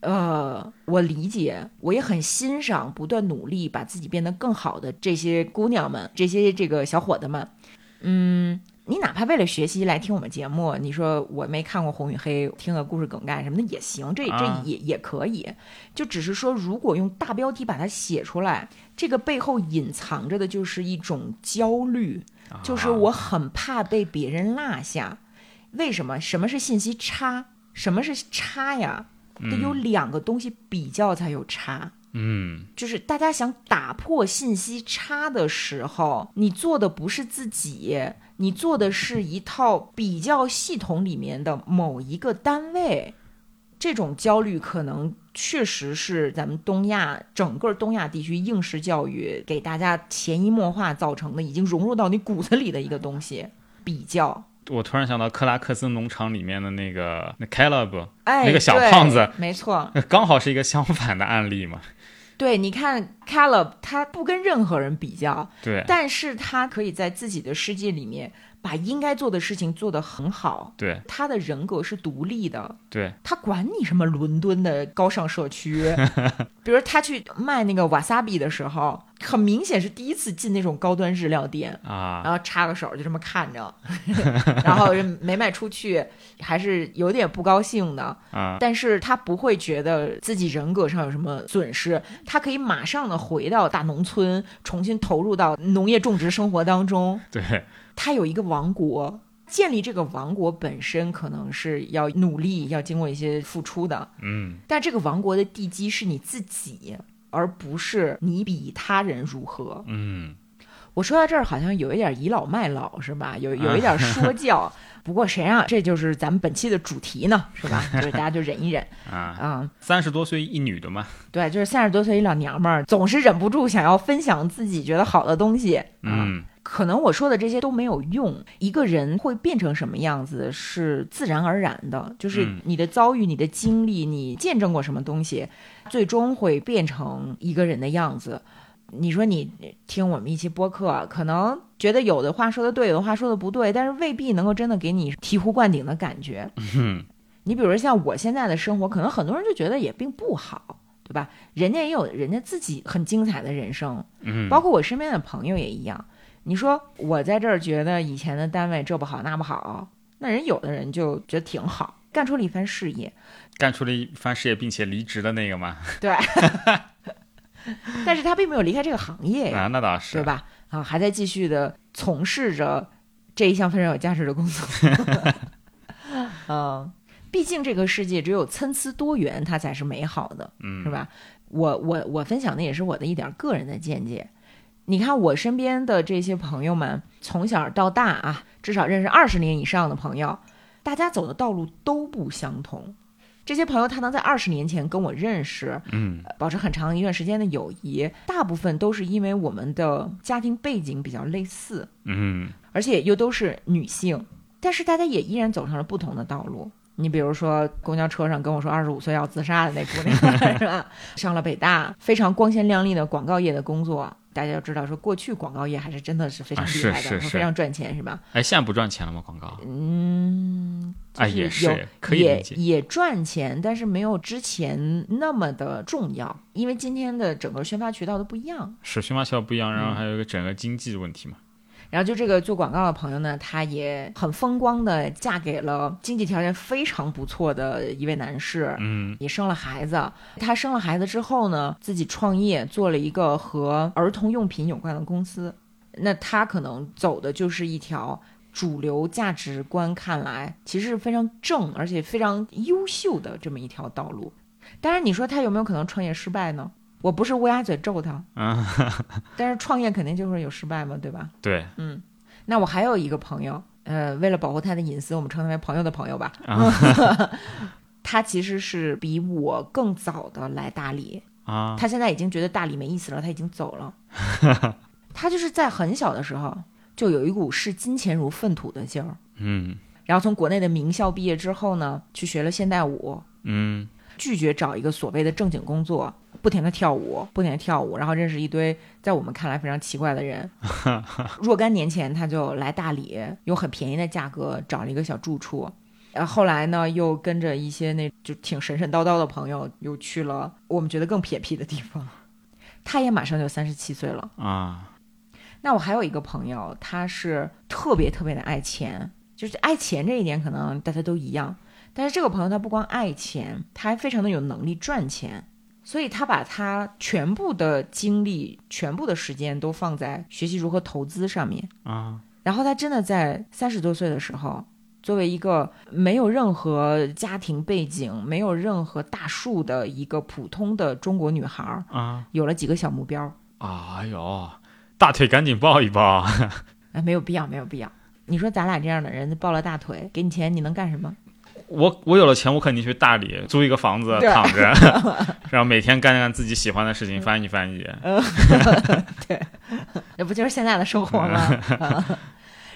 [SPEAKER 1] 呃，我理解，我也很欣赏不断努力把自己变得更好的这些姑娘们，这些这个小伙子们。嗯，你哪怕为了学习来听我们节目，你说我没看过《红与黑》，听个故事梗概什么的也行，这这
[SPEAKER 2] 啊
[SPEAKER 1] 也也可以。就只是说，如果用大标题把它写出来，这个背后隐藏着的就是一种焦虑，就是我很怕被别人落下。为什么？什么是信息差？什么是差呀？得有两个东西比较才有差。
[SPEAKER 2] 嗯
[SPEAKER 1] 就是大家想打破信息差的时候，你做的不是自己，你做的是一套比较系统里面的某一个单位。这种焦虑可能确实是咱们东亚整个东亚地区应试教育给大家潜移默化造成的，已经融入到你骨子里的一个东西。比较，
[SPEAKER 2] 我突然想到克拉克森农场里面的那个那 Caleb，
[SPEAKER 1] 哎，
[SPEAKER 2] 那个小
[SPEAKER 1] 对
[SPEAKER 2] 胖子
[SPEAKER 1] 没错，
[SPEAKER 2] 刚好是一个相反的案例嘛。
[SPEAKER 1] 对，你看 Caleb，他不跟任何人比较，
[SPEAKER 2] 对
[SPEAKER 1] 但是他可以在自己的世界里面把应该做的事情做得很好。
[SPEAKER 2] 对
[SPEAKER 1] 他的人格是独立的，
[SPEAKER 2] 对
[SPEAKER 1] 他管你什么伦敦的高尚社区，比如他去卖那个瓦萨比的时候，很明显是第一次进那种高端日料店，
[SPEAKER 2] 啊，
[SPEAKER 1] 然后插个手就这么看着， 然后没卖出去，还是有点不高兴的。
[SPEAKER 2] 啊，
[SPEAKER 1] 但是他不会觉得自己人格上有什么损失，他可以马上的回到大农村，重新投入到农业种植生活当中。
[SPEAKER 2] 对
[SPEAKER 1] 他有一个王国，建立这个王国本身可能是要努力，要经过一些付出的，
[SPEAKER 2] 嗯，
[SPEAKER 1] 但这个王国的地基是你自己。而不是你比他人如何。
[SPEAKER 2] 嗯
[SPEAKER 1] 我说到这儿，好像有一点倚老卖老是吧？有有一点说教。不过谁让这就是咱们本期的主题呢，是吧？就是大家就忍一忍
[SPEAKER 2] 啊，
[SPEAKER 1] 啊、
[SPEAKER 2] 三十多岁一女的嘛，
[SPEAKER 1] 对，就是三十多岁一老娘们儿，总是忍不住想要分享自己觉得好的东西。啊，
[SPEAKER 2] 嗯
[SPEAKER 1] 可能我说的这些都没有用。一个人会变成什么样子是自然而然的，就是
[SPEAKER 2] 嗯
[SPEAKER 1] 你的遭遇、你的经历、你见证过什么东西，最终会变成一个人的样子。你说你听我们一期播客，啊可能觉得有的话说的对，有的话说的不对，但是未必能够真的给你醍醐灌顶的感觉。
[SPEAKER 2] 嗯哼
[SPEAKER 1] 你比如像我现在的生活，可能很多人就觉得也并不好，对吧？人家也有人家自己很精彩的人生，
[SPEAKER 2] 嗯，
[SPEAKER 1] 包括我身边的朋友也一样。你说我在这儿觉得以前的单位这不好那不好，那人有的人就觉得挺好，干出了一番事业。
[SPEAKER 2] 干出了一番事业并且离职的那个嘛，
[SPEAKER 1] 对，但是他并没有离开这个行业呀，
[SPEAKER 2] 嗯啊，那倒是，
[SPEAKER 1] 对？吧？啊，还在继续的从事着这一项非常有价值的工 作。嗯，毕竟这个世界只有参差多元，它才是美好的，
[SPEAKER 2] 嗯，
[SPEAKER 1] 是？吧？我我我分享的也是我的一点个人的见解。你看我身边的这些朋友们，从小到大啊，至少认识二十年以上的朋友，大家走的道路都不相同。这些朋友他能在二十年前跟我认识，
[SPEAKER 2] 嗯
[SPEAKER 1] 保持很长一段时间的友谊，大部分都是因为我们的家庭背景比较类似，
[SPEAKER 2] 嗯
[SPEAKER 1] 而且又都是女性，但是大家也依然走上了不同的道路。你比如说，公交车上跟我说二十五岁要自杀的那姑娘 是吧？上了北大，非常光鲜亮丽的广告业的工作。大家要知道，说过去广告业还是真的是非常
[SPEAKER 2] 啊
[SPEAKER 1] 厉
[SPEAKER 2] 是
[SPEAKER 1] 害的，
[SPEAKER 2] 是是
[SPEAKER 1] 非常赚钱，是吧？
[SPEAKER 2] 哎，现在不赚钱了吗？广告？
[SPEAKER 1] 嗯，
[SPEAKER 2] 哎，
[SPEAKER 1] 就是
[SPEAKER 2] 也
[SPEAKER 1] 有
[SPEAKER 2] 是，可以理
[SPEAKER 1] 也
[SPEAKER 2] 解。
[SPEAKER 1] 也赚钱，但是没有之前那么的重要，因为今天的整个宣发渠道都不一样。
[SPEAKER 2] 是熊猫学校不一样，然后
[SPEAKER 1] 嗯
[SPEAKER 2] 还有一个整个经济的问题嘛。
[SPEAKER 1] 然后就这个做广告的朋友呢，她也很风光的嫁给了经济条件非常不错的一位男士，
[SPEAKER 2] 嗯
[SPEAKER 1] 也生了孩子。她生了孩子之后呢，自己创业做了一个和儿童用品有关的公司。那她可能走的就是一条主流价值观看来其实是非常正而且非常优秀的这么一条道路。当然，你说她有没有可能创业失败呢？我不是乌鸦嘴咒她，
[SPEAKER 2] 啊，
[SPEAKER 1] 但是创业肯定就会有失败嘛，对吧？
[SPEAKER 2] 对，
[SPEAKER 1] 嗯，那我还有一个朋友，呃，为了保护他的隐私，我们称他为朋友的朋友吧。 他其实是比我更早的来大理，
[SPEAKER 2] 啊，
[SPEAKER 1] 他现在已经觉得大理没意思了，他已经走了。他就是在很小的时候就有一股视金钱如粪土的劲儿，
[SPEAKER 2] 嗯
[SPEAKER 1] 然后从国内的名校毕业之后呢，去学了现代舞，
[SPEAKER 2] 嗯
[SPEAKER 1] 拒绝找一个所谓的正经工作，不停的跳舞，不停的跳舞，然后认识一堆在我们看来非常奇怪的人。 若干年前，他就来大理，用很便宜的价格找了一个小住处。呃，后来呢，又跟着一些那就挺神神叨叨的朋友，又去了我们觉得更偏僻的地方。他也马上就三十七岁了。
[SPEAKER 2] 啊，
[SPEAKER 1] 那我还有一个朋友，他是特别特别的爱钱，就是爱钱这一点可能大家都一样。但是这个朋友他不光爱钱，他还非常的有能力赚钱，所以他把他全部的精力、全部的时间都放在学习如何投资上面。
[SPEAKER 2] 啊，
[SPEAKER 1] 然后他真的在三十多岁的时候，作为一个没有任何家庭背景、没有任何大树的一个普通的中国女孩儿，
[SPEAKER 2] 啊，
[SPEAKER 1] 有了几个小目标。
[SPEAKER 2] 哎呦，大腿赶紧抱一抱，
[SPEAKER 1] 哎，没有必要，没有必要。你说咱俩这样的人抱了大腿，给你钱你能干什么？
[SPEAKER 2] 我我有了钱，我肯定去大理租一个房子
[SPEAKER 1] 对
[SPEAKER 2] 躺 着， 然后每天干干自己喜欢的事情，翻译翻译。
[SPEAKER 1] 嗯那不就是现在的生活吗？ 啊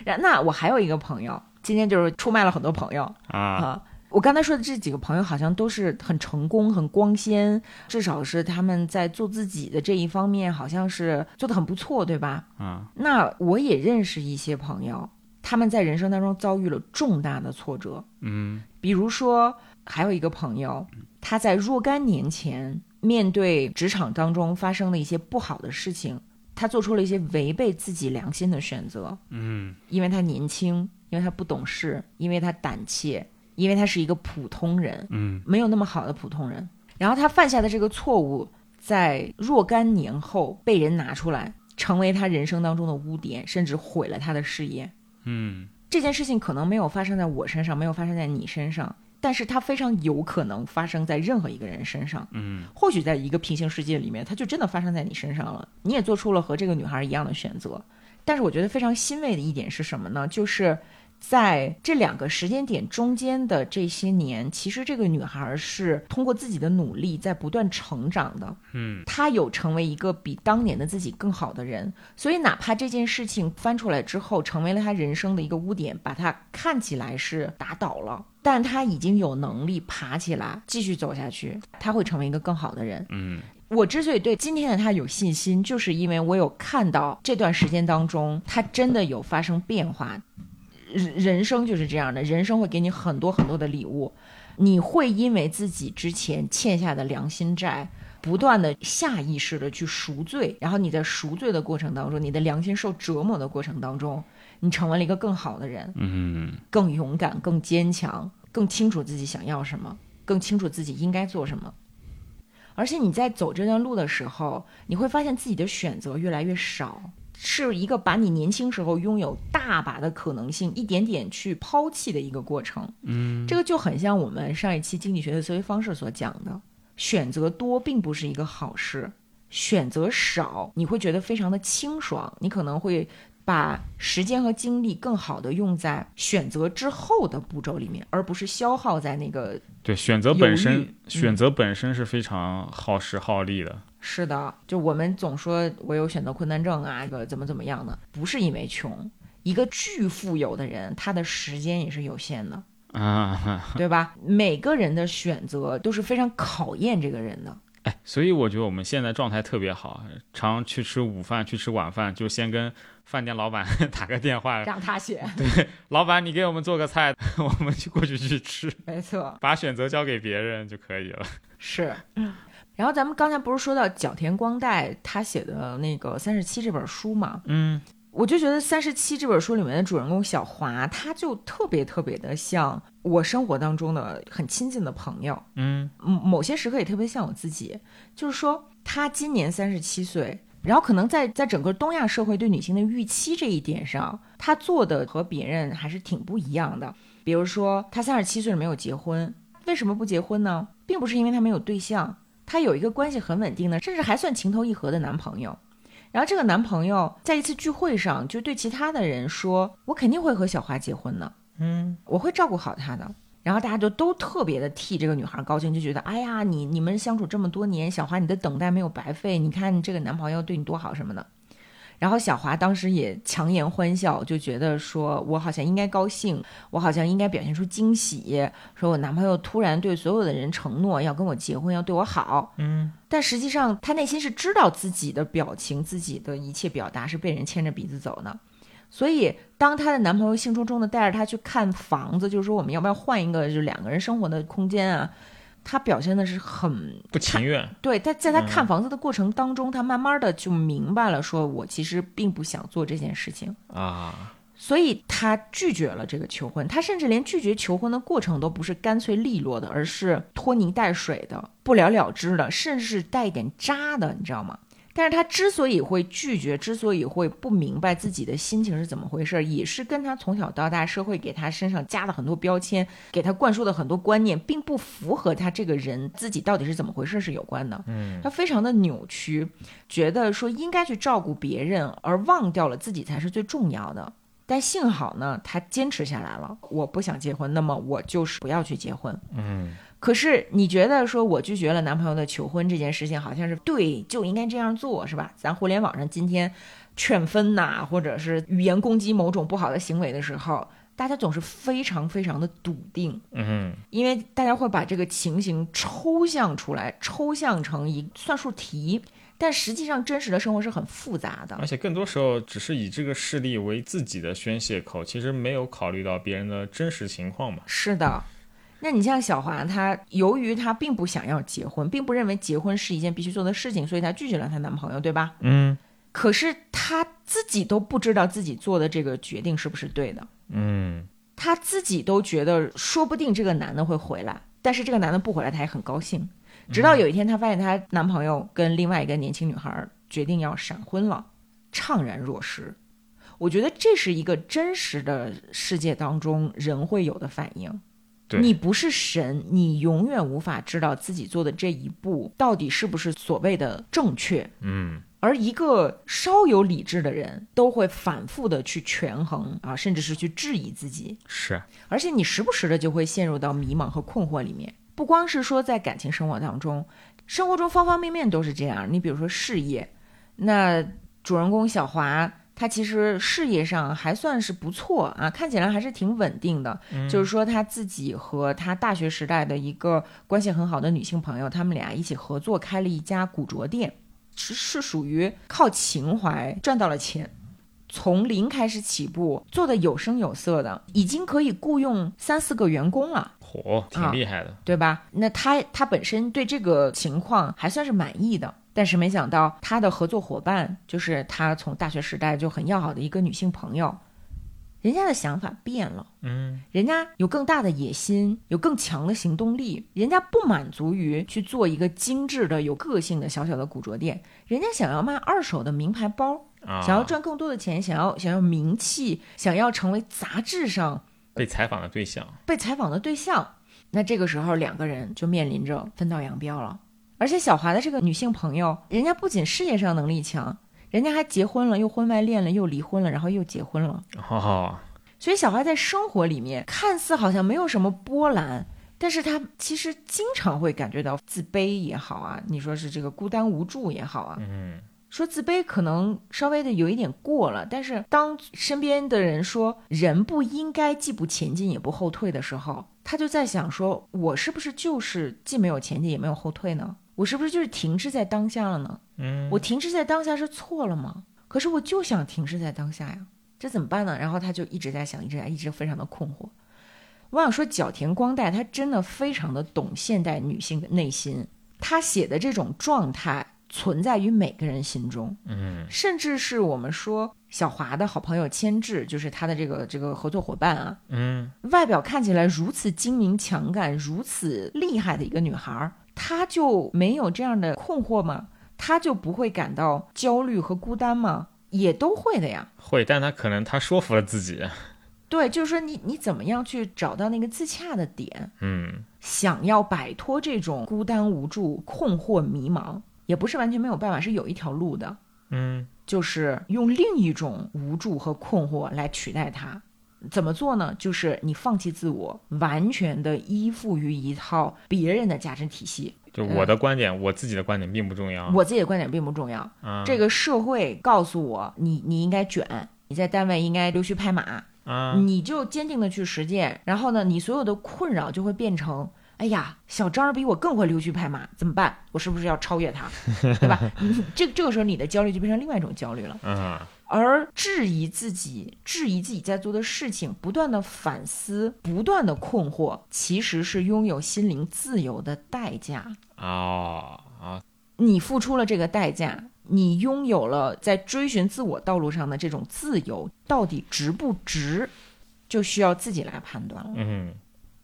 [SPEAKER 1] 然那我还有一个朋友，今天就是出卖了很多朋友
[SPEAKER 2] 啊
[SPEAKER 1] 啊。我刚才说的这几个朋友好像都是很成功、很光鲜，至少是他们在做自己的这一方面好像是做的很不错，对吧？
[SPEAKER 2] 嗯，
[SPEAKER 1] 那我也认识一些朋友，他们在人生当中遭遇了重大的挫折，
[SPEAKER 2] 嗯
[SPEAKER 1] 比如说还有一个朋友，他在若干年前面对职场当中发生的一些不好的事情，他做出了一些违背自己良心的选择，
[SPEAKER 2] 嗯
[SPEAKER 1] 因为他年轻，因为他不懂事，因为他胆怯，因为他是一个普通人，
[SPEAKER 2] 嗯
[SPEAKER 1] 没有那么好的普通人。然后他犯下的这个错误，在若干年后被人拿出来，成为他人生当中的污点，甚至毁了他的事业。
[SPEAKER 2] 嗯
[SPEAKER 1] 这件事情可能没有发生在我身上，没有发生在你身上，但是它非常有可能发生在任何一个人身上。
[SPEAKER 2] 嗯
[SPEAKER 1] 或许在一个平行世界里面，它就真的发生在你身上了，你也做出了和这个女孩一样的选择。但是我觉得非常欣慰的一点是什么呢？就是在这两个时间点中间的这些年，其实这个女孩是通过自己的努力在不断成长的。
[SPEAKER 2] 嗯
[SPEAKER 1] 她有成为一个比当年的自己更好的人，所以哪怕这件事情翻出来之后，成为了她人生的一个污点，把她看起来是打倒了，但她已经有能力爬起来，继续走下去，她会成为一个更好的人。
[SPEAKER 2] 嗯
[SPEAKER 1] 我之所以对今天的她有信心，就是因为我有看到这段时间当中，她真的有发生变化。人人生就是这样的，人生会给你很多很多的礼物，你会因为自己之前欠下的良心债，不断的下意识的去赎罪，然后你在赎罪的过程当中，你的良心受折磨的过程当中，你成为了一个更好的人，
[SPEAKER 2] 嗯
[SPEAKER 1] 更勇敢、更坚强、更清楚自己想要什么，更清楚自己应该做什么。而且你在走这段路的时候，你会发现自己的选择越来越少，是一个把你年轻时候拥有大把的可能性一点点去抛弃的一个过程。
[SPEAKER 2] 嗯
[SPEAKER 1] 这个就很像我们上一期经济学的思维方式所讲的，选择多并不是一个好事，选择少你会觉得非常的清爽，你可能会把时间和精力更好的用在选择之后的步骤里面，而不是消耗在那个
[SPEAKER 2] 对，选择本
[SPEAKER 1] 犹
[SPEAKER 2] 身
[SPEAKER 1] 豫，嗯
[SPEAKER 2] 选择本身是非常耗时耗力的。
[SPEAKER 1] 是的，就我们总说我有选择困难症啊，这个怎么怎么样的，不是因为穷。一个巨富有的人，他的时间也是有限的，
[SPEAKER 2] 啊，
[SPEAKER 1] 对吧？每个人的选择都是非常考验这个人的。
[SPEAKER 2] 哎，所以我觉得我们现在状态特别好，常去吃午饭，去吃晚饭，就先跟饭店老板 打个电话，
[SPEAKER 1] 让他写，
[SPEAKER 2] 老板你给我们做个菜， 我们去过去去吃，
[SPEAKER 1] 没错，
[SPEAKER 2] 把选择交给别人就可以了。
[SPEAKER 1] 是。然后咱们刚才不是说到角田光代他写的那个《三十七》这本书嘛？
[SPEAKER 2] 嗯
[SPEAKER 1] 我就觉得《三十七》这本书里面的主人公小华，他就特别特别的像我生活当中的很亲近的朋友，
[SPEAKER 2] 嗯
[SPEAKER 1] 嗯，某些时刻也特别像我自己。就是说，他今年三十七岁，然后可能在在整个东亚社会对女性的预期这一点上，他做的和别人还是挺不一样的。比如说，他三十七岁没有结婚，为什么不结婚呢？并不是因为他没有对象，他有一个关系很稳定的，甚至还算情投意合的男朋友。然后这个男朋友在一次聚会上就对其他的人说：“我肯定会和小花结婚的。”
[SPEAKER 2] 嗯
[SPEAKER 1] 我会照顾好她的。然后大家就都特别的替这个女孩高兴，就觉得哎呀，你你们相处这么多年，小华你的等待没有白费，你看这个男朋友对你多好什么的。然后小华当时也强颜欢笑，就觉得说我好像应该高兴，我好像应该表现出惊喜，说我男朋友突然对所有的人承诺要跟我结婚，要对我好。
[SPEAKER 2] 嗯
[SPEAKER 1] 但实际上，他内心是知道自己的表情、自己的一切表达是被人牵着鼻子走的。所以，当她的男朋友兴冲冲地带着她去看房子，就是说我们要不要换一个就是两个人生活的空间啊？她表现的是很
[SPEAKER 2] 不情愿。
[SPEAKER 1] 对，但在她
[SPEAKER 2] 嗯
[SPEAKER 1] 看房子的过程当中，她慢慢的就明白了，说我其实并不想做这件事情。
[SPEAKER 2] 啊，
[SPEAKER 1] 所以他拒绝了这个求婚，他甚至连拒绝求婚的过程都不是干脆利落的，而是拖泥带水的、不了了之的，甚至是带一点渣的，你知道吗？但是他之所以会拒绝，之所以会不明白自己的心情是怎么回事，也是跟他从小到大社会给他身上加了很多标签，给他灌输的很多观念，并不符合他这个人自己到底是怎么回事是有关的。嗯，他非常的扭曲，觉得说应该去照顾别人，而忘掉了自己才是最重要的。但幸好呢，他坚持下来了。我不想结婚，那么我就是不要去结婚。
[SPEAKER 2] 嗯
[SPEAKER 1] 可是你觉得说我拒绝了男朋友的求婚这件事情，好像是对，就应该这样做，是吧？咱互联网上今天劝分呐、或者是语言攻击某种不好的行为的时候，大家总是非常非常的笃定，
[SPEAKER 2] 嗯
[SPEAKER 1] 因为大家会把这个情形抽象出来，抽象成一算术题，但实际上真实的生活是很复杂
[SPEAKER 2] 哼，而
[SPEAKER 1] 的。
[SPEAKER 2] 且更多时候只是以这个事例为自己的宣泄口，其实没有考虑到别人的真实情况嘛。
[SPEAKER 1] 是的，那你像小华，她由于她并不想要结婚，并不认为结婚是一件必须做的事情，所以她拒绝了她男朋友，对吧？
[SPEAKER 2] 嗯
[SPEAKER 1] 可是她自己都不知道自己做的这个决定是不是对的，
[SPEAKER 2] 嗯，
[SPEAKER 1] 她自己都觉得说不定这个男的会回来，但是这个男的不回来，她也很高兴。
[SPEAKER 2] 嗯
[SPEAKER 1] 直到有一天，她发现她男朋友跟另外一个年轻女孩决定要闪婚了，怅然若失。我觉得这是一个真实的世界当中人会有的反应。
[SPEAKER 2] 对
[SPEAKER 1] 你不是神，你永远无法知道自己做的这一步到底是不是所谓的正确。
[SPEAKER 2] 嗯，
[SPEAKER 1] 而一个稍有理智的人都会反复的去权衡啊，甚至是去质疑自己。
[SPEAKER 2] 是啊，
[SPEAKER 1] 而且你时不时的就会陷入到迷茫和困惑里面。不光是说在感情生活当中，生活中方方面面都是这样。你比如说事业，那主人公小华。他其实事业上还算是不错啊，看起来还是挺稳定的。就是说他自己和他大学时代的一个关系很好的女性朋友，他们俩一起合作开了一家古着店，是是属于靠情怀赚到了钱。从零开始起步，做的有声有色的，已经可以雇佣三四个员工了，
[SPEAKER 2] 火挺厉害的。
[SPEAKER 1] 对吧？那他他本身对这个情况还算是满意的，但是没想到他的合作伙伴，就是他从大学时代就很要好的一个女性朋友，人家的想法变了。
[SPEAKER 2] 嗯
[SPEAKER 1] 人家有更大的野心，有更强的行动力，人家不满足于去做一个精致的、有个性的小小的古着店，人家想要卖二手的名牌包，
[SPEAKER 2] 啊，
[SPEAKER 1] 想要赚更多的钱，想要想要名气，想要成为杂志上
[SPEAKER 2] 被采访的对象，
[SPEAKER 1] 被采访的对象。那这个时候，两个人就面临着分道扬镳了。而且小华的这个女性朋友，人家不仅事业上能力强，人家还结婚了，又婚外恋了，又离婚了，然后又结婚了。
[SPEAKER 2] 哦，
[SPEAKER 1] 所以小孩在生活里面看似好像没有什么波澜，但是他其实经常会感觉到自卑也好啊，你说是这个孤单无助也好啊，
[SPEAKER 2] 嗯，
[SPEAKER 1] 说自卑可能稍微的有一点过了，但是当身边的人说人不应该既不前进也不后退的时候，他就在想说，我是不是就是既没有前进也没有后退呢？我是不是就是停滞在当下了呢？
[SPEAKER 2] 嗯，
[SPEAKER 1] 我停滞在当下是错了吗？可是我就想停滞在当下呀，这怎么办呢？然后他就一直在想，一直在，一直非常的困惑。我想说，角田光代她真的非常的懂现代女性的内心，她写的这种状态存在于每个人心中，
[SPEAKER 2] 嗯，
[SPEAKER 1] 甚至是我们说小华的好朋友千智，就是他的这个这个合作伙伴啊，
[SPEAKER 2] 嗯，
[SPEAKER 1] 外表看起来如此精明强干、如此厉害的一个女孩儿，她就没有这样的困惑吗？她就不会感到焦虑和孤单吗？也都会的呀。
[SPEAKER 2] 会，但他可能他说服了自己，
[SPEAKER 1] 对，就是说你你怎么样去找到那个自洽的点，
[SPEAKER 2] 嗯，
[SPEAKER 1] 想要摆脱这种孤单、无助、困惑、迷茫，也不是完全没有办法，是有一条路的。
[SPEAKER 2] 嗯，
[SPEAKER 1] 就是用另一种无助和困惑来取代它。怎么做呢？就是你放弃自我，完全的依附于一套别人的价值体系。
[SPEAKER 2] 就我的观点，我自己的观点并不重要，
[SPEAKER 1] 嗯我自己的观点并不重要。
[SPEAKER 2] 啊
[SPEAKER 1] 这个社会告诉我，你你应该卷，你在单位应该溜须拍马，
[SPEAKER 2] 啊，
[SPEAKER 1] 你就坚定的去实践。然后呢，你所有的困扰就会变成。哎呀，小张儿比我更会溜须拍马，怎么办？我是不是要超越他， 对吧？这这个时候你的焦虑就变成另外一种焦虑了。
[SPEAKER 2] 嗯，
[SPEAKER 1] 而质疑自己、质疑自己在做的事情，不断的反思、不断的困惑，其实是拥有心灵自由的代价。
[SPEAKER 2] 哦，啊，
[SPEAKER 1] 你付出了这个代价，你拥有了在追寻自我道路上的这种自由，到底值不值，就需要自己来判断了。
[SPEAKER 2] 嗯，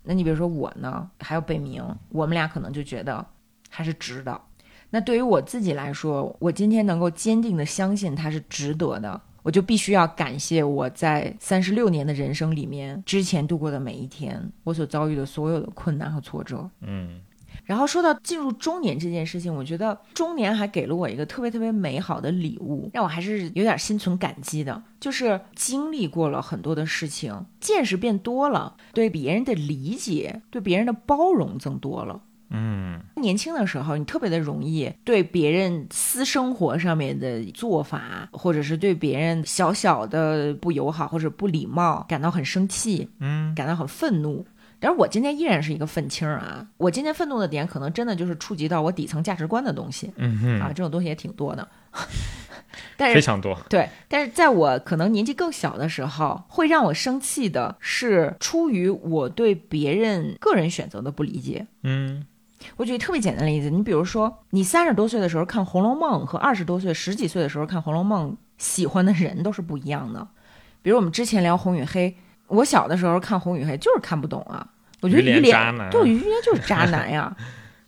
[SPEAKER 1] 那你比如说我呢，还有北明，我们俩可能就觉得还是值的。那对于我自己来说，我今天能够坚定的相信它是值得的，我就必须要感谢我在三十六年的人生里面之前度过的每一天，我所遭遇的所有的困难和挫折。
[SPEAKER 2] 嗯，
[SPEAKER 1] 然后说到进入中年这件事情，我觉得中年还给了我一个特别特别美好的礼物，让我还是有点心存感激的。就是经历过了很多的事情，见识变多了，对别人的理解、对别人的包容增多了。
[SPEAKER 2] 嗯
[SPEAKER 1] 年轻的时候，你特别的容易对别人私生活上面的做法，或者是对别人小小的不友好或者不礼貌感到很生气，
[SPEAKER 2] 嗯
[SPEAKER 1] 感到很愤怒。但是我今天依然是一个愤青儿啊！我今天愤怒的点，可能真的就是触及到我底层价值观的东西
[SPEAKER 2] 嗯
[SPEAKER 1] 啊，
[SPEAKER 2] 哼，
[SPEAKER 1] 这种东西也挺多的。 但
[SPEAKER 2] 非
[SPEAKER 1] 是
[SPEAKER 2] 常多。
[SPEAKER 1] 对，但是在我可能年纪更小的时候，会让我生气的是出于我对别人个人选择的不理解。
[SPEAKER 2] 嗯
[SPEAKER 1] 我举特别简单的例子，你比如说，你三十多岁的时候看《红楼梦》和二十多岁、十几岁的时候看《红楼梦》，喜欢的人都是不一样的。比如我们之前聊《红与黑》，我小的时候看《红与黑》就是看不懂啊，我觉得
[SPEAKER 2] 于连
[SPEAKER 1] 于连
[SPEAKER 2] 渣男啊
[SPEAKER 1] 对于连就是渣男呀、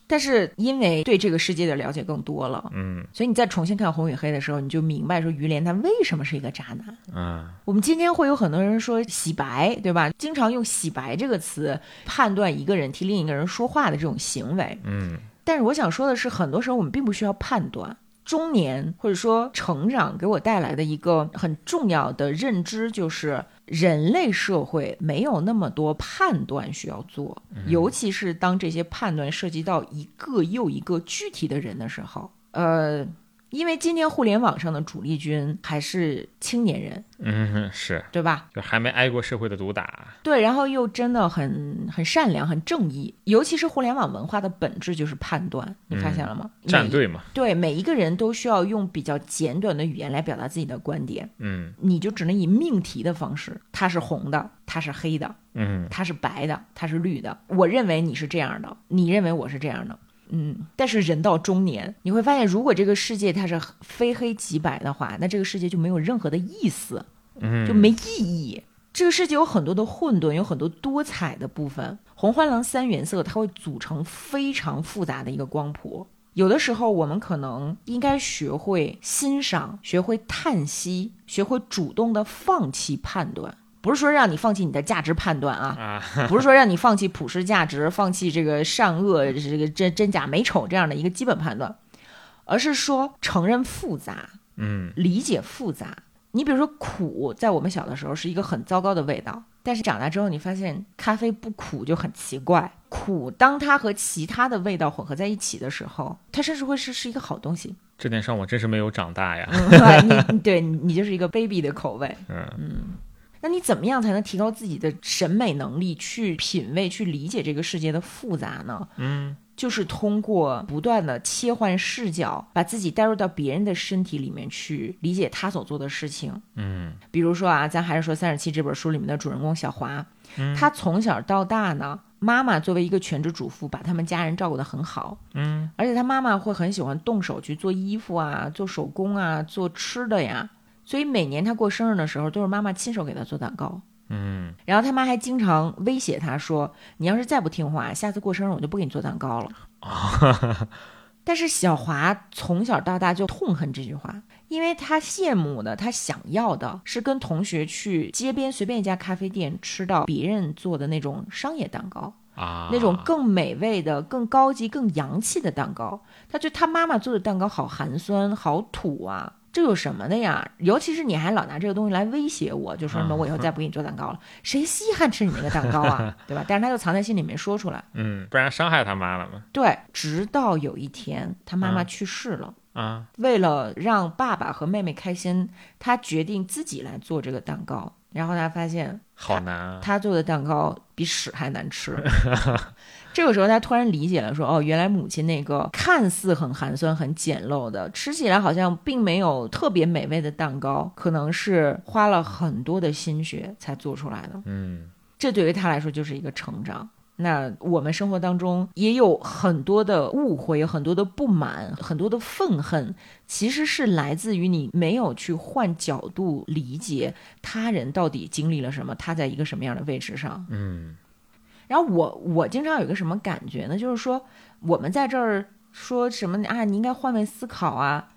[SPEAKER 1] 但是因为对这个世界的了解更多了，
[SPEAKER 2] 嗯
[SPEAKER 1] 所以你再重新看《红与黑》的时候，你就明白说于连他为什么是一个渣男。
[SPEAKER 2] 啊
[SPEAKER 1] 我们今天会有很多人说洗白，对吧？经常用“洗白”这个词判断一个人替另一个人说话的这种行为。
[SPEAKER 2] 嗯
[SPEAKER 1] 但是我想说的是，很多时候我们并不需要判断。中年或者说成长给我带来的一个很重要的认知，就是人类社会没有那么多判断需要做，
[SPEAKER 2] 嗯
[SPEAKER 1] 尤其是当这些判断涉及到一个又一个具体的人的时候。呃，因为今天互联网上的主力军还是青年人，
[SPEAKER 2] 嗯哼，是，
[SPEAKER 1] 对吧？
[SPEAKER 2] 就还没挨过社会的毒打。
[SPEAKER 1] 对，然后又真的很很善良、很正义，尤其是互联网文化的本质就是判断，你发现了吗？每
[SPEAKER 2] 嗯战队嘛，
[SPEAKER 1] 对，每一个人都需要用比较简短的语言来表达自己的观点，
[SPEAKER 2] 嗯
[SPEAKER 1] 你就只能以命题的方式，它是红的，它是黑的，
[SPEAKER 2] 嗯
[SPEAKER 1] 它是白的，它是绿的。我认为你是这样的，你认为我是这样的。嗯，但是人到中年，你会发现，如果这个世界它是非黑即白的话，那这个世界就没有任何的意思，
[SPEAKER 2] 嗯，
[SPEAKER 1] 就没意义。这个世界有很多的混沌，有很多多彩的部分。红花狼三原色它会组成非常复杂的一个光谱。有的时候，我们可能应该学会欣赏，学会叹息，学会主动的放弃判断。不是说让你放弃你的价值判断啊，
[SPEAKER 2] 啊，
[SPEAKER 1] 不是说让你放弃普世价值，放弃这个善恶、这个真真假美丑这样的一个基本判断，而是说承认复杂，
[SPEAKER 2] 嗯
[SPEAKER 1] 理解复杂。你比如说苦，在我们小的时候是一个很糟糕的味道，但是长大之后你发现咖啡不苦就很奇怪。苦当它和其他的味道混合在一起的时候，它甚至会是是一个好东西。嗯
[SPEAKER 2] 这点上我真是没有长大呀。
[SPEAKER 1] 你对你你就是一个 baby 的口味。
[SPEAKER 2] 嗯
[SPEAKER 1] 那你怎么样才能提高自己的审美能力，去品味、去理解这个世界的复杂呢？
[SPEAKER 2] 嗯
[SPEAKER 1] 就是通过不断的切换视角，把自己带入到别人的身体里面去理解他所做的事情。
[SPEAKER 2] 嗯
[SPEAKER 1] 比如说啊，咱还是说《三十七》这本书里面的主人公小华，
[SPEAKER 2] 嗯
[SPEAKER 1] 她从小到大呢，妈妈作为一个全职主妇，把他们家人照顾得很好，
[SPEAKER 2] 嗯
[SPEAKER 1] 而且她妈妈会很喜欢动手去做衣服啊、做手工啊、做吃的呀，所以每年她过生日的时候，都是妈妈亲手给她做蛋糕。
[SPEAKER 2] 嗯，
[SPEAKER 1] 然后他妈还经常威胁她说：“你要是再不听话，下次过生日我就不给你做蛋糕了。”但是小华从小到大就痛恨这句话，因为他羡慕的、他想要的是跟同学去街边随便一家咖啡店吃到别人做的那种商业蛋糕，
[SPEAKER 2] 啊，
[SPEAKER 1] 那种更美味的、更高级、更洋气的蛋糕。他觉得他妈妈做的蛋糕好寒酸、好土啊，这有什么的呀？尤其是你还老拿这个东西来威胁我，就说什么我以后再不给你做蛋糕了，谁稀罕吃你那个蛋糕啊，对吧？但是他又藏在心里没说出来。
[SPEAKER 2] 嗯，不然伤害他妈了嘛。
[SPEAKER 1] 对，直到有一天他妈妈
[SPEAKER 2] 嗯
[SPEAKER 1] 去世了。
[SPEAKER 2] 啊，
[SPEAKER 1] 为了让爸爸和妹妹开心，他决定自己来做这个蛋糕。然后他发现
[SPEAKER 2] 好难啊。
[SPEAKER 1] 他做的蛋糕比屎还难吃。 这个时候，他突然理解了说，哦，原来母亲那个看似很寒酸、很简陋的，吃起来好像并没有特别美味的蛋糕，可能是花了很多的心血才做出来的。
[SPEAKER 2] 嗯
[SPEAKER 1] 这对于他来说就是一个成长。那我们生活当中也有很多的误会，有很多的不满，很多的愤恨，其实是来自于你没有去换角度理解他人到底经历了什么，他在一个什么样的位置上。
[SPEAKER 2] 嗯
[SPEAKER 1] 然后我我经常有一个什么感觉呢？就是说我们在这儿说什么啊，你应该换位思考啊。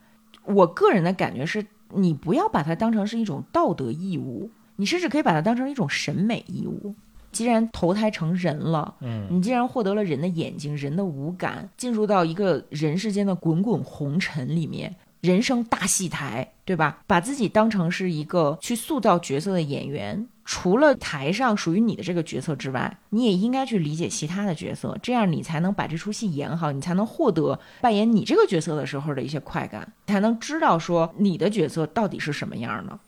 [SPEAKER 1] 我个人的感觉是，你不要把它当成是一种道德义务，你甚至可以把它当成一种审美义务。既然投胎成人了，
[SPEAKER 2] 嗯，
[SPEAKER 1] 你既然获得了人的眼睛、人的五感，进入到一个人世间的滚滚红尘里面，人生大戏台，对吧？把自己当成是一个去塑造角色的演员，除了台上属于你的这个角色之外，你也应该去理解其他的角色，这样你才能把这出戏演好，你才能获得扮演你这个角色的时候的一些快感，才能知道说你的角色到底是什么样的。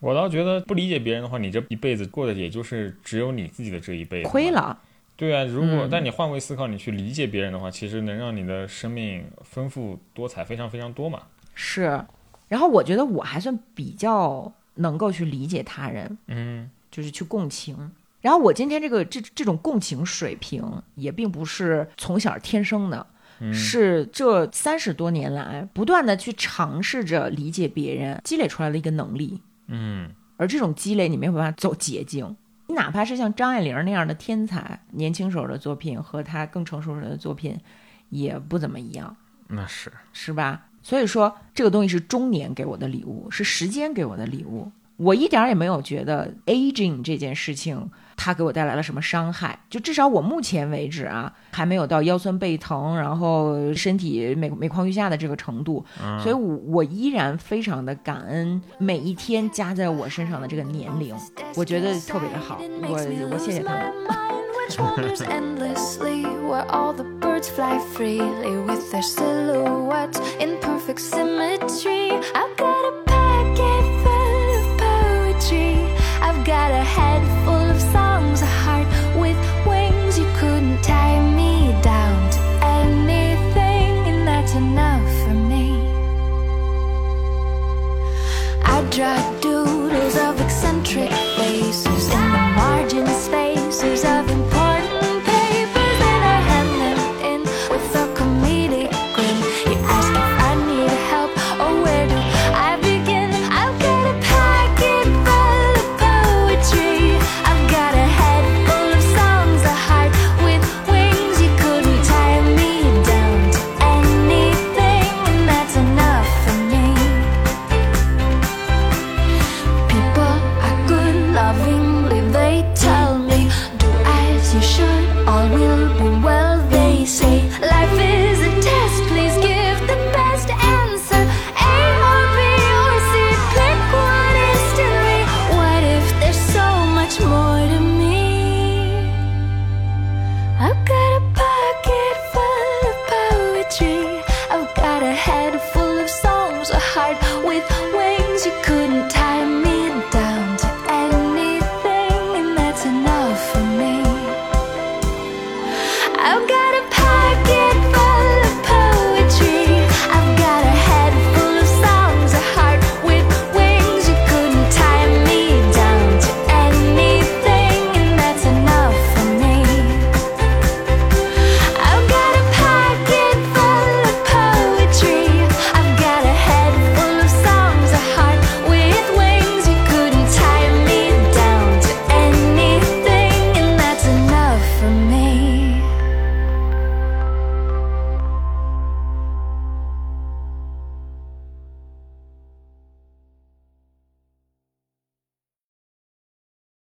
[SPEAKER 2] 我倒觉得不理解别人的话，你这一辈子过的也就是只有你自己的这一辈子嘛，
[SPEAKER 1] 亏了，
[SPEAKER 2] 对啊，如果、
[SPEAKER 1] 嗯
[SPEAKER 2] 但你换位思考，你去理解别人的话，其实能让你的生命丰富多彩，非常非常多嘛。
[SPEAKER 1] 是。然后我觉得我还算比较能够去理解他人，
[SPEAKER 2] 嗯，
[SPEAKER 1] 就是去共情。然后我今天这个这这种共情水平也并不是从小天生的，
[SPEAKER 2] 嗯
[SPEAKER 1] 是这三十多年来不断的去尝试着理解别人积累出来的一个能力。
[SPEAKER 2] 嗯，
[SPEAKER 1] 而这种积累你没有办法走捷径。你哪怕是像张爱玲那样的天才，年轻时候的作品和她更成熟时候的作品也不怎么一样。
[SPEAKER 2] 那是
[SPEAKER 1] 是吧？所以说，这个东西是中年给我的礼物，是时间给我的礼物。我一点儿也没有觉得 aging 这件事情它给我带来了什么伤害，就至少我目前为止啊，还没有到腰酸背疼，然后身体每每况愈下的这个程度，所以我我依然非常的感恩每一天加在我身上的这个年龄，我觉得特别的好，我我谢谢他们。
[SPEAKER 3] Which wanders endlessly, where all the birds fly freely with their silhouettes in perfect symmetry. I've got a pocket full of poetry. I've got a head full of songs, a heart with wings. You couldn't tie me down to anything, and that's enough for me. I draw doodles of eccentric faces in the margin spaces of important papers that I hand them in with a comedic grin. You ask if I need help or where do I begin? I've got a pocket full of poetry. I've got a head full of songs, a heart with wings. You couldn't tie me down to anything, and that's enough for me. People are good lovingly, they tell me, do as you should, all will be well, they say. Life is a test, please give the best answer. A or B or C, pick one instantly. What if there's so much more to me? I've got a pocket full of poetry. I've got a head full of songs, a heart with wings. You couldn't tie me